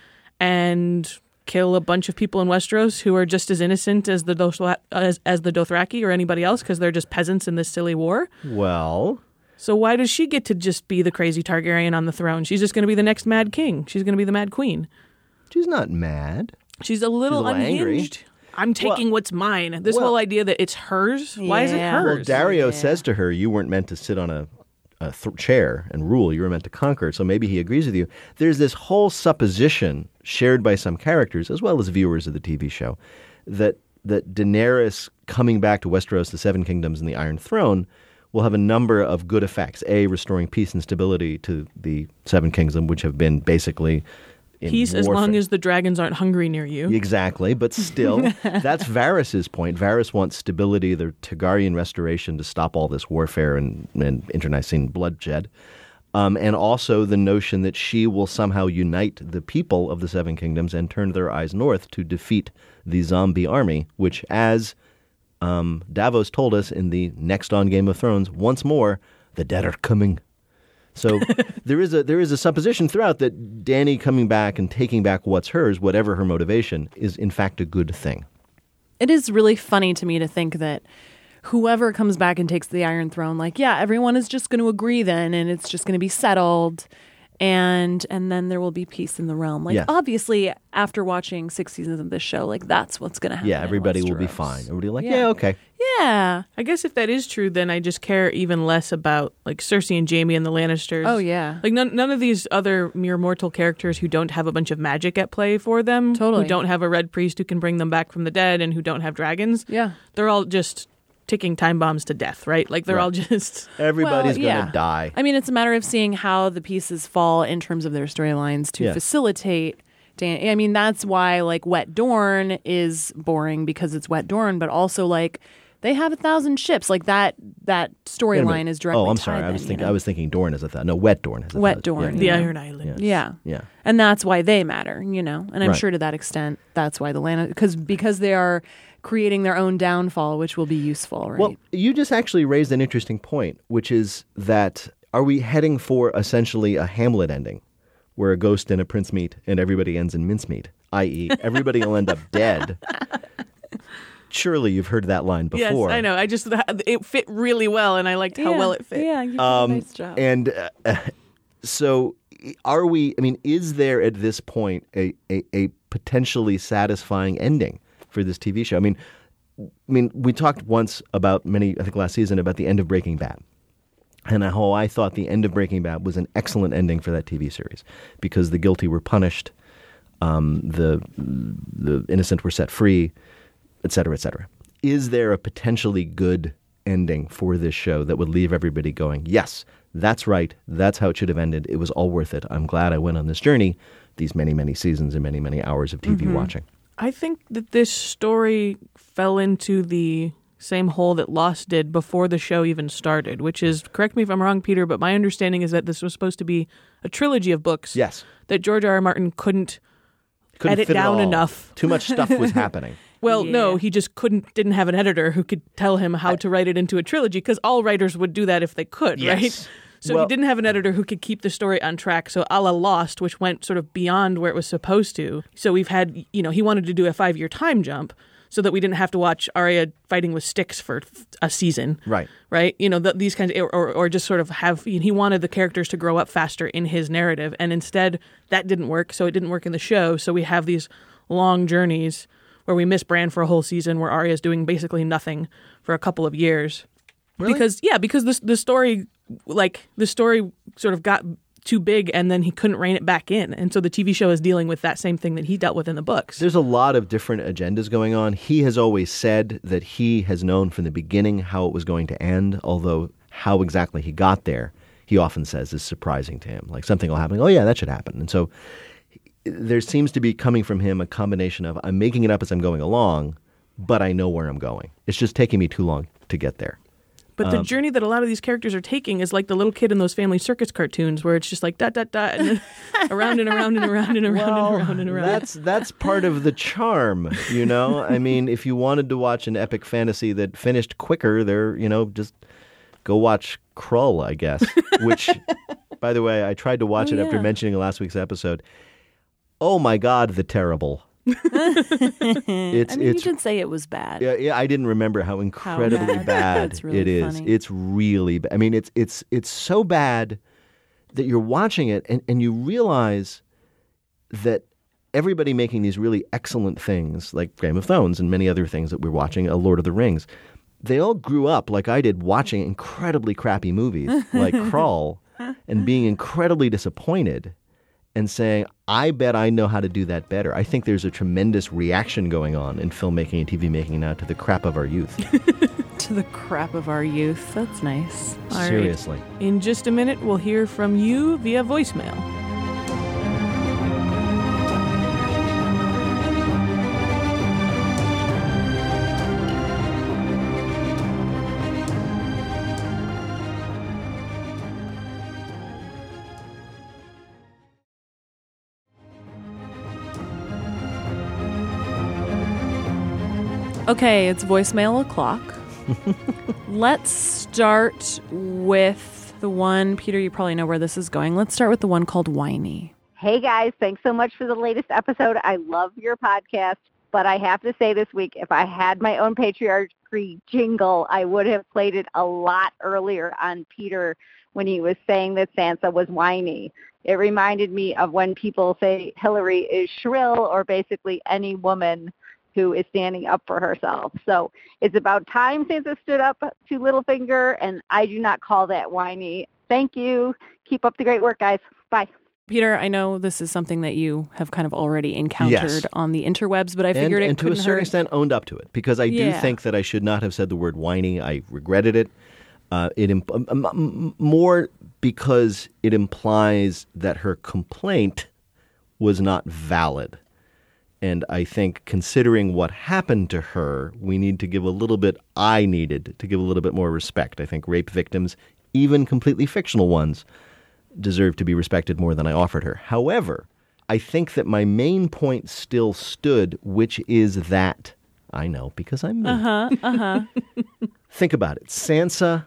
and kill a bunch of people in Westeros who are just as innocent as the Dothra- as, as the Dothraki or anybody else because they're just peasants in this silly war. Well, So why does she get to just be the crazy Targaryen on the throne? She's just going to be the next Mad King. She's going to be the Mad Queen. she's not mad. She's a little, little angry. unhinged. I'm taking what's mine. This well- whole idea that it's hers. Why is it hers? Well, Dario says to her, "You weren't meant to sit on a, a th- chair and rule. You were meant to conquer." So maybe he agrees with you. There's this whole supposition shared by some characters as well as viewers of the TV show that that Daenerys coming back to Westeros, the Seven Kingdoms, and the Iron Throne will have a number of good effects. A, restoring peace and stability to the Seven Kingdoms, which have been basically in Peace as warfare. long as the dragons aren't hungry near you. Exactly, but still, that's Varys's point. Varys wants stability, the Targaryen restoration to stop all this warfare and, and internecine bloodshed. Um, and also the notion that she will somehow unite the people of the Seven Kingdoms and turn their eyes north to defeat the zombie army, which, as um, Davos told us in the next on Game of Thrones, once more, the dead are coming. So there is a there is a supposition throughout that Danny coming back and taking back what's hers, whatever her motivation, is in fact a good thing. it is really funny to me to think that whoever comes back and takes the iron throne like yeah everyone is just going to agree then and it's just going to be settled and and then there will be peace in the realm like Yeah. obviously after watching 6 seasons of this show like that's what's going to happen yeah, everybody will be fine. Everybody like, Yeah. yeah, okay. yeah I guess if that is true, then I just care even less about like Cersei and Jamie and the Lannisters. Oh, yeah. like none none of these other mere mortal characters who don't have a bunch of magic at play for them. Totally. who don't have a red priest who can bring them back from the dead and who don't have dragons. Yeah, they're all just ticking time bombs to death, right? Like they're all Right. just Everybody's Well, gonna yeah. die. I mean, it's a matter of seeing how the pieces fall in terms of their storylines to Yeah. facilitate. Dan- I mean, that's why like Wet Dorn is boring because it's Wet Dorn, but also like they have a thousand ships. Like that that Wait a storyline minute. is directly. Oh, I'm tied sorry. I then, was you thinking know? I was thinking Dorne is a thousand. No, wet Dorne is a Wet thousand. Dorn, Yeah. The yeah. Iron Island. Yeah. Yeah. And that's why they matter, you know. And I'm Right. sure to that extent, that's why the land because because they are creating their own downfall, which will be useful, right? Well, you just actually raised an interesting point, which is that are we heading for essentially a Hamlet ending where a ghost and a prince e, meet and everybody ends in mincemeat, i.e., everybody will end up dead? surely you've heard that line before. Yes, I know. I just it fit really well, and I liked how Yeah, well it fit. Yeah, you did Um, a nice job. And uh, so, are we? I mean, is there at this point a, a a potentially satisfying ending for this TV show? I mean, I mean, we talked once about many, I think last season about the end of Breaking Bad. And how I thought the end of Breaking Bad was an excellent ending for that TV series because the guilty were punished, um, the the innocent were set free, et cetera, et cetera. Is there a potentially good ending for this show that would leave everybody going, yes, that's right, that's how it should have ended. It was all worth it. I'm glad I went on this journey, these many, many seasons and many, many hours of TV Mhm. watching. I think that this story fell into the same hole that Lost did before the show even started, which is correct me if I'm wrong, Peter, but my understanding is that this was supposed to be a trilogy of books. Yes. That George R. R. Martin couldn't, Couldn't edit fit it down all. enough. Too much stuff was happening. Well, no, he just couldn't didn't have an editor who could tell him how to write it into a trilogy because all writers would do that if they could, right? Yes. So Well- he didn't have an editor who could keep the story on track. So a la Lost, which went sort of beyond where it was supposed to. So we've had, you know, he wanted to do a five year time jump so that we didn't have to watch Arya fighting with sticks for th- a season Right. right? You know, th these kinds, or, or or just sort of have. He wanted the characters to grow up faster in his narrative, and instead that didn't work. So it didn't work in the show. So we have these long journeys where we miss Bran for a whole season, where Arya's doing basically nothing for a couple of years, Really? because yeah, because the the story, like the story, sort of got too big, and then he couldn't rein it back in, and so the TV show is dealing with that same thing that he dealt with in the books. There's a lot of different agendas going on. He has always said that he has known from the beginning how it was going to end, although how exactly he got there, he often says is surprising to him. Like something will happen. Oh, yeah, that should happen. And so there seems to be coming from him a combination of I'm making it up as I'm going along, but I know where I'm going. It's just taking me too long to get there. But the Um, journey that a lot of these characters are taking is like the little kid in those family circus cartoons where it's just like dot dot dot and then around and around and around and around and around and around. That's that's part of the charm, you know. I mean, if you wanted to watch an epic fantasy that finished quicker, there, you know, just go watch Krull, I guess. Which, by the way, I tried to watch Oh, it after yeah. mentioning last week's episode. Oh my God, the terrible! I mean, it's- you did say it was bad. Yeah, yeah, I didn't remember how incredibly bad. bad, That's really it is. funny. It's really bad. I mean, it's it's it's so bad that you're watching it and, and you realize that everybody making these really excellent things, like Game of Thrones and many other things that we're watching, uh, Lord of the Rings, they all grew up like I did watching incredibly crappy movies like Crawl and being incredibly disappointed and saying, I bet I know how to do that better. I think there's a tremendous reaction going on in filmmaking and TV making now to the crap of our youth. To the crap of our youth. That's nice. All right. Seriously. In just a minute, we'll hear from you via voicemail. Okay, it's voicemail o'clock. Let's start with the one, Peter, you probably know where this is going. Let's start with the one called Whiny. Hey guys, thanks so much for the latest episode. I love your podcast, but I have to say this week, if I had my own patriarchy jingle, I would have played it a lot earlier on Peter when he was saying that Sansa was whiny. It reminded me of when people say Hillary is shrill or basically any woman who is standing up for herself. So it's about time Sansa stood up to Littlefinger, and I do not call that whiny. Thank you. Keep up the great work, guys. Bye. Peter, I know this is something that you have kind of already encountered on the interwebs, but I and, figured it and to a couldn't certain hurt. extent owned up to it because I Yeah. do think that I should not have said the word whiny. I regretted it. Uh, it imp- um, um, um, more because it implies that her complaint was not valid. And I think considering what happened to her, we need to give a little bit, I needed to give a little bit more respect. I think rape victims, even completely fictional ones, deserve to be respected more than I offered her. However, I think that my main point still stood, which is that I know because I'm me. Uh huh. Uh huh. Think about it. Sansa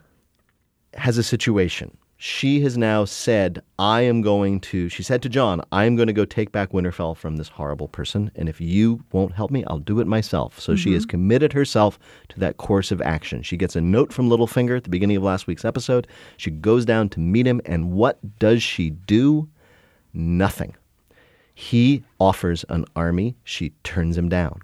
has a situation. she has now said, I am going to, she said to John, I am going to go take back Winterfell from this horrible person. And if you won't help me, I'll do it myself. So she Mhm. has committed herself to that course of action. She gets a note from Littlefinger at the beginning of last week's episode. She goes down to meet him. And what does she do? Nothing. He offers an army. She turns him down.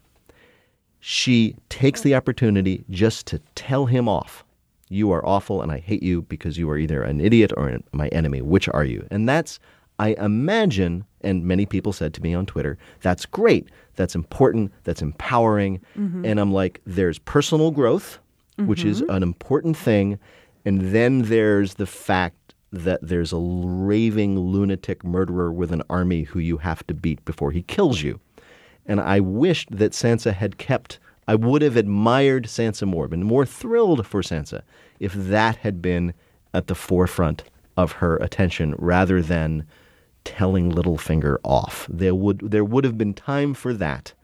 She takes the opportunity just to tell him off. You are awful and I hate you because you are either an idiot or an- my enemy. Which are you? And that's, I imagine, and many people said to me on Twitter, that's great. That's important. That's empowering. Mhm. And I'm like, there's personal growth, which is Mhm. an important thing. And then there's the fact that there's a l- raving lunatic murderer with an army who you have to beat before he kills you. And I wished that Sansa had kept, I would have admired Sansa more, been more thrilled for Sansa if that had been at the forefront of her attention rather than telling Littlefinger off. There would, there would have been time for that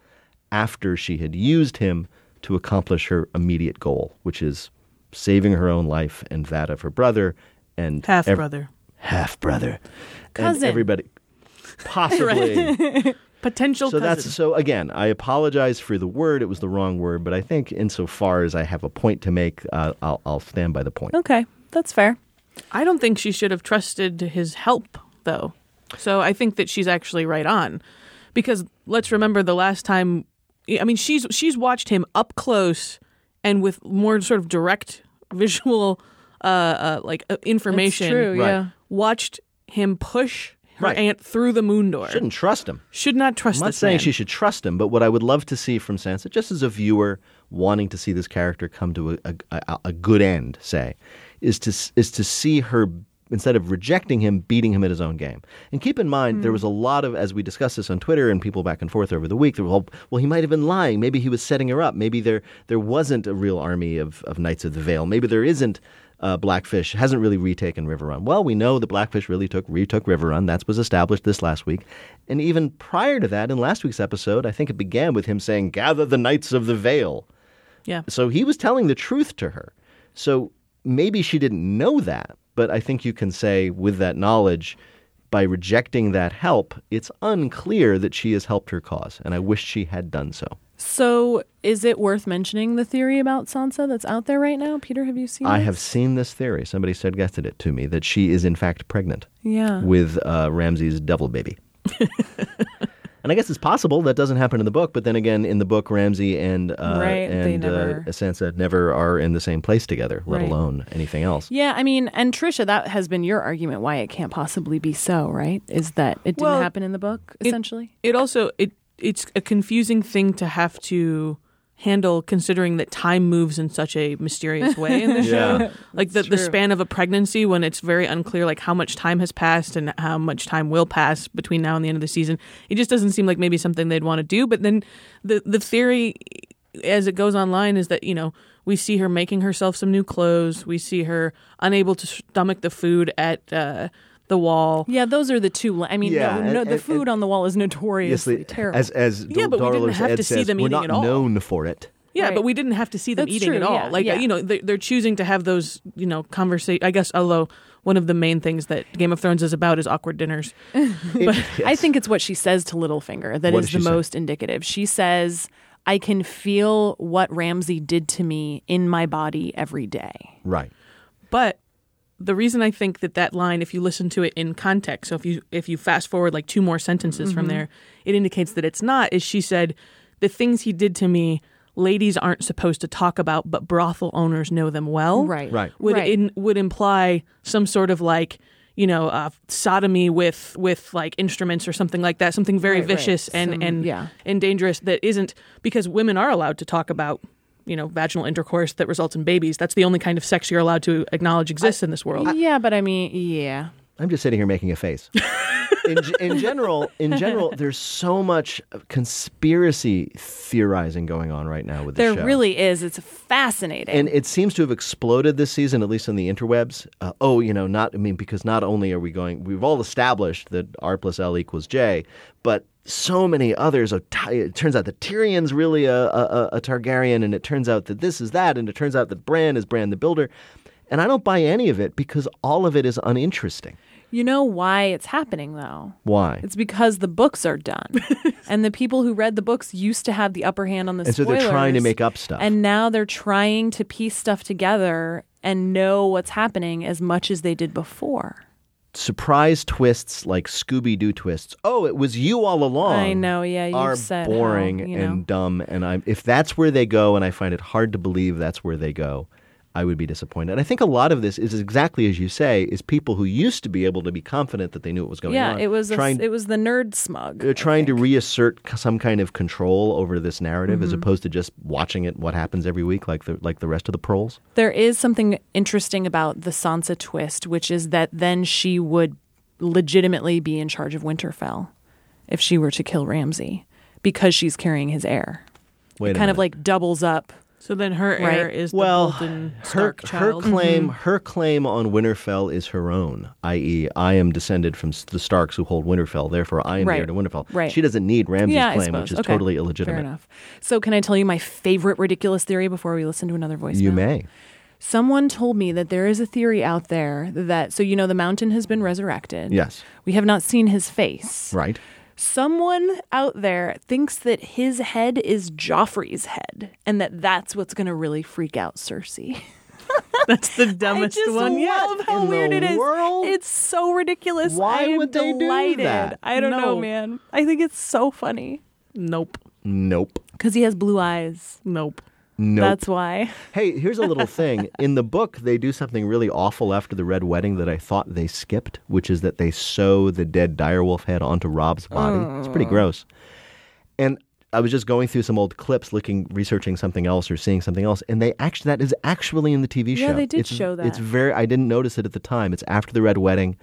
after she had used him to accomplish her immediate goal, which is saving her own life and that of her brother and Half brother. half brother, and Cousin. everybody. Possibly. Potential so cousin. that's so again. I apologize for the word; it was the wrong word. But I think, insofar as I have a point to make, uh, I'll, I'll stand by the point. Okay, that's fair. I don't think she should have trusted his help, though. So I think that she's actually right on, because let's remember the last time. I mean, she's she's watched him up close and with more sort of direct visual, uh, uh like uh, information. true, Right. yeah. Watched him push her Right. aunt through the moon door. Shouldn't trust him. Should not trust. I'm not this saying man. she should trust him, but what I would love to see from Sansa, just as a viewer wanting to see this character come to a, a- a, a good end, say, is to s- is to see her instead of rejecting him, beating him at his own game. And keep in mind, there Hmm. was a lot of as we discussed this on Twitter and people back and forth over the week. There were all, well, he might have been lying. Maybe he was setting her up. Maybe there there wasn't a real army of of Knights of the Vale. Maybe there isn't. Uh, Blackfish hasn't really retaken River Run. Well, we know that Blackfish really took retook River Run. That was established this last week. And even prior to that, in last week's episode, I think it began with him saying, "Gather the Knights of the Vale." Yeah. So he was telling the truth to her. So maybe she didn't know that, but I think you can say with that knowledge, by rejecting that help, it's unclear that she has helped her cause, and I wish she had done so. So, is it worth mentioning the theory about Sansa that's out there right now? Peter, have you seen? I it? have seen this theory. Somebody suggested it to me that she is in fact pregnant. Yeah. With uh, Ramsey's devil baby. and I guess it's possible that doesn't happen in the book, but then again, in the book, Ramsey and uh, Right, they and never- uh, Sansa never are in the same place together, let Right. alone anything else. Yeah, I mean, and Trisha, that has been your argument why it can't possibly be so, right? Is that it didn't Well, happen in the book, it- essentially? It also it it's a confusing thing to have to handle considering that time moves in such a mysterious way in the Yeah. show. Like the, That's the true. span of a pregnancy when it's very unclear like how much time has passed and how much time will pass between now and the end of the season. It just doesn't seem like maybe something they'd want to do, but then the the theory as it goes online is that, you know, we see her making herself some new clothes. We see her unable to stomach the food at uh, the wall. Yeah, those are the two. I mean, Yeah, no, and- no, the and- food on the wall is notoriously Obviously, terrible. As as Yeah, but we Dol- didn't Dolores have Ed to see says, them we're eating not at all." known for it. Yeah, but we didn't have to see them That's eating true, at all. yeah, like yeah. you know, they're, they're choosing to have those you know conversation. I guess although one of the main things that Game of Thrones is about is awkward dinners. I think it's what she says to Littlefinger that is What does the she say? most indicative. She says, I can feel what Ramsey did to me in my body every day. Right. But the reason I think that that line, if you listen to it in context, so if you if you fast forward like two more sentences from Mhm. there, it indicates that it's not. Is she said the things he did to me. Ladies aren't supposed to talk about, but brothel owners know them well. Right. Right. Would Right. in, would imply some sort of like you know uh, sodomy with with like instruments or something like that, something very Right, right. vicious and Some- and yeah. and dangerous that isn't because women are allowed to talk about you know vaginal intercourse that results in babies that's the only kind of sex you're allowed to acknowledge exists in this world yeah, but I mean, yeah. I'm just sitting here making a face. in, ge- in general, in general, there's so much conspiracy theorizing going on right now with the There show. really is. It's fascinating. And it seems to have exploded this season, at least on the interwebs. Uh, oh, you know, not I mean, because not only are we going, we've all established that R plus L equals J, but so many others. Are Ty- it turns out that Tyrion's really a, a, a- a Targaryen, and it turns out that this is that, and it turns out that Bran is Bran the Builder. And I don't buy any of it because all of it is uninteresting. You know why it's happening though? Why? It's because the books are done. and the people who read the books used to have the upper hand on the And so they're spoilers, trying to make up stuff. And now they're trying to piece stuff together and know what's happening as much as they did before. Surprise twists like Scooby Doo twists. Oh, it was you all along. I know, yeah, you've are said how, boring you know. and dumb. And I'm if that's where they go, and I find it hard to believe that's where they go, I would be disappointed. And I think a lot of this is exactly as you say: is people who used to be able to be confident that they knew what was going yeah, on. it was a, trying it was the nerd smug. they're trying to reassert c- some kind of control over this narrative as Mhm. opposed to just watching it what happens every week like the like the rest of the proles There is something interesting about the Sansa twist, which is that then she would legitimately be in charge of Winterfell if she were to kill Ramsay because she's carrying his heir. Wait it a kind of minute. like doubles up. So then her heir is the well, Bolton her, Stark her child. claim Mm-hmm. her claim on winterfell is her own i.e i am descended from s- the starks who hold winterfell therefore i am Right. heir to winterfell Right. she doesn't need ramsay's yeah, I claim suppose. which is Okay. totally illegitimate Fair enough. So can I tell you my favorite ridiculous theory before we listen to another voice? you may Someone told me that there is a theory out there that so you know the mountain has been resurrected. yes We have not seen his face. right Someone out there thinks that his head is Joffrey's head and that that's what's going to really freak out Cersei. That's the dumbest I just one love yet. how in weird the it is. world? It's so ridiculous. Why I am would they do delighted. that? I don't know, No. man. I think it's so funny. Nope. nope Because he has blue eyes. Nope. Nope. That's why. Hey, here's a little thing. In the book, they do something really awful after the Red Wedding that I thought they skipped, which is that they sew the dead direwolf head onto Rob's body. It's pretty Oh. gross. And I was just going through some old clips, looking, researching something else or seeing something else, and they actually that is actually in the TV Yeah, show. they did It's- show that. It's very. I didn't notice it at the time. It's after the Red Wedding,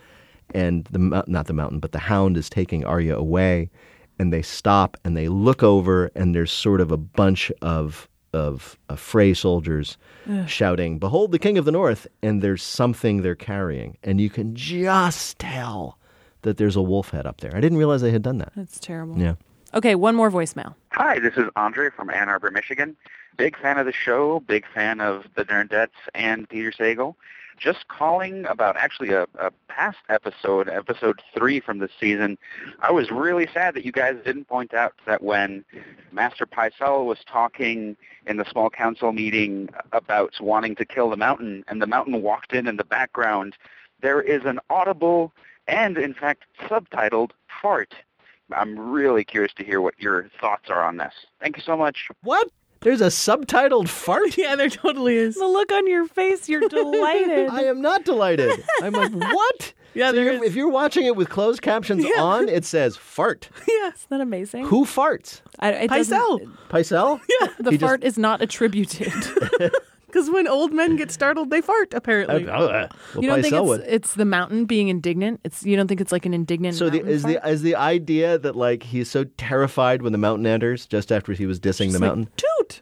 and the mou- not the mountain, but the Hound is taking Arya away, and they stop and they look over, and there's sort of a bunch of of uh, Frey soldiers Ugh. shouting, "Behold the King of the North!" And there's something they're carrying, and you can just tell that there's a wolf head up there. I didn't realize they had done that. That's terrible. Yeah. Okay, one more voicemail. Hi, this is Andre from Ann Arbor, Michigan. Big fan of the show, big fan of the Nerdettes and Peter Sagal. Just calling about actually a, a past episode, episode three from this season. I was really sad that you guys didn't point out that when Master Pycelle was talking in the small council meeting about wanting to kill the mountain, and the mountain walked in in the background, there is an audible and, in fact, subtitled fart. I'm really curious to hear what your thoughts are on this. Thank you so much. What? There's a subtitled fart? Yeah, there totally is. The look on your face, you're delighted. I am not delighted. I'm like, what? Yeah, so you're, if you're watching it with closed captions Yeah. on, it says fart. yeah, isn't that amazing? Who farts? I, it doesn't- Picel? Yeah. The fart is not attributed. Because when old men get startled, they fart. Apparently, you don't think it's, it's the mountain being indignant? It's you don't think it's like an indignant. so the, mountain is fart? the is the idea that like he's so terrified when the mountain enters just after he was dissing the like, mountain? toot.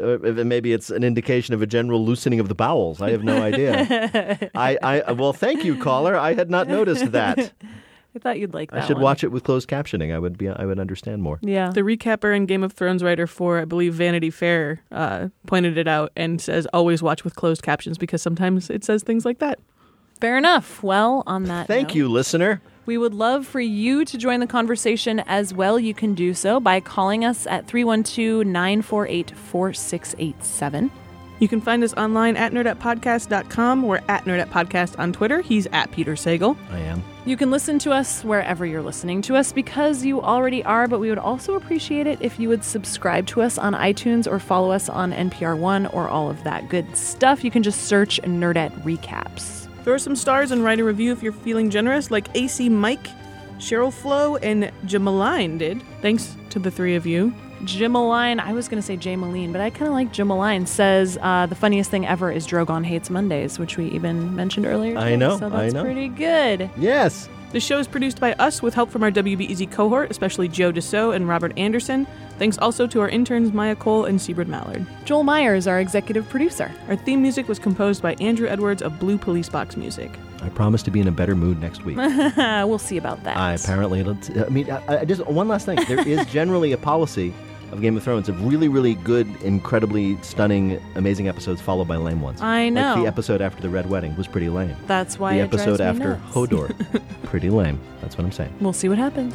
Uh, maybe it's an indication of a general loosening of the bowels. I have no idea. I, I well, thank you, caller. I had not noticed that. I thought you'd like that. I should one. watch it with closed captioning. I would be. I would understand more. Yeah. The recapper and Game of Thrones writer for, I believe, Vanity Fair uh, pointed it out and says always watch with closed captions because sometimes it says things like that. Fair enough. Well, on that. Thank note, you, listener. We would love for you to join the conversation as well. You can do so by calling us at 312 948 4687. You can find us online at nerdetpodcast.com. We're at nerdetpodcast on Twitter. He's at Peter Sagal. I am. You can listen to us wherever you're listening to us because you already are, but we would also appreciate it if you would subscribe to us on iTunes or follow us on NPR One or all of that good stuff. You can just search Nerdette Recaps. Throw some stars and write a review if you're feeling generous, like AC Mike, Cheryl Flo, and Jamaline did. Thanks to the three of you. Jimaline, I was going to say Jay Maline, but I kind of like Jimaline, says uh, the funniest thing ever is Drogon hates Mondays, which we even mentioned earlier. I today, know, So I that's know. pretty good. Yes. The show is produced by us with help from our WBEZ cohort, especially Joe Dassault and Robert Anderson. Thanks also to our interns Maya Cole and Seabird Mallard. Joel Meyer is our executive producer. Our theme music was composed by Andrew Edwards of Blue Police Box Music. I promise to be in a better mood next week. we'll see about that. I apparently, it'll t- I mean, I, I just one last thing. There is generally a policy of Game of Thrones of really, really good, incredibly stunning, amazing episodes followed by lame ones. I know. Like the episode after the Red Wedding was pretty lame. That's why the it episode drives me after nuts. Hodor, pretty lame. That's what I'm saying. We'll see what happens.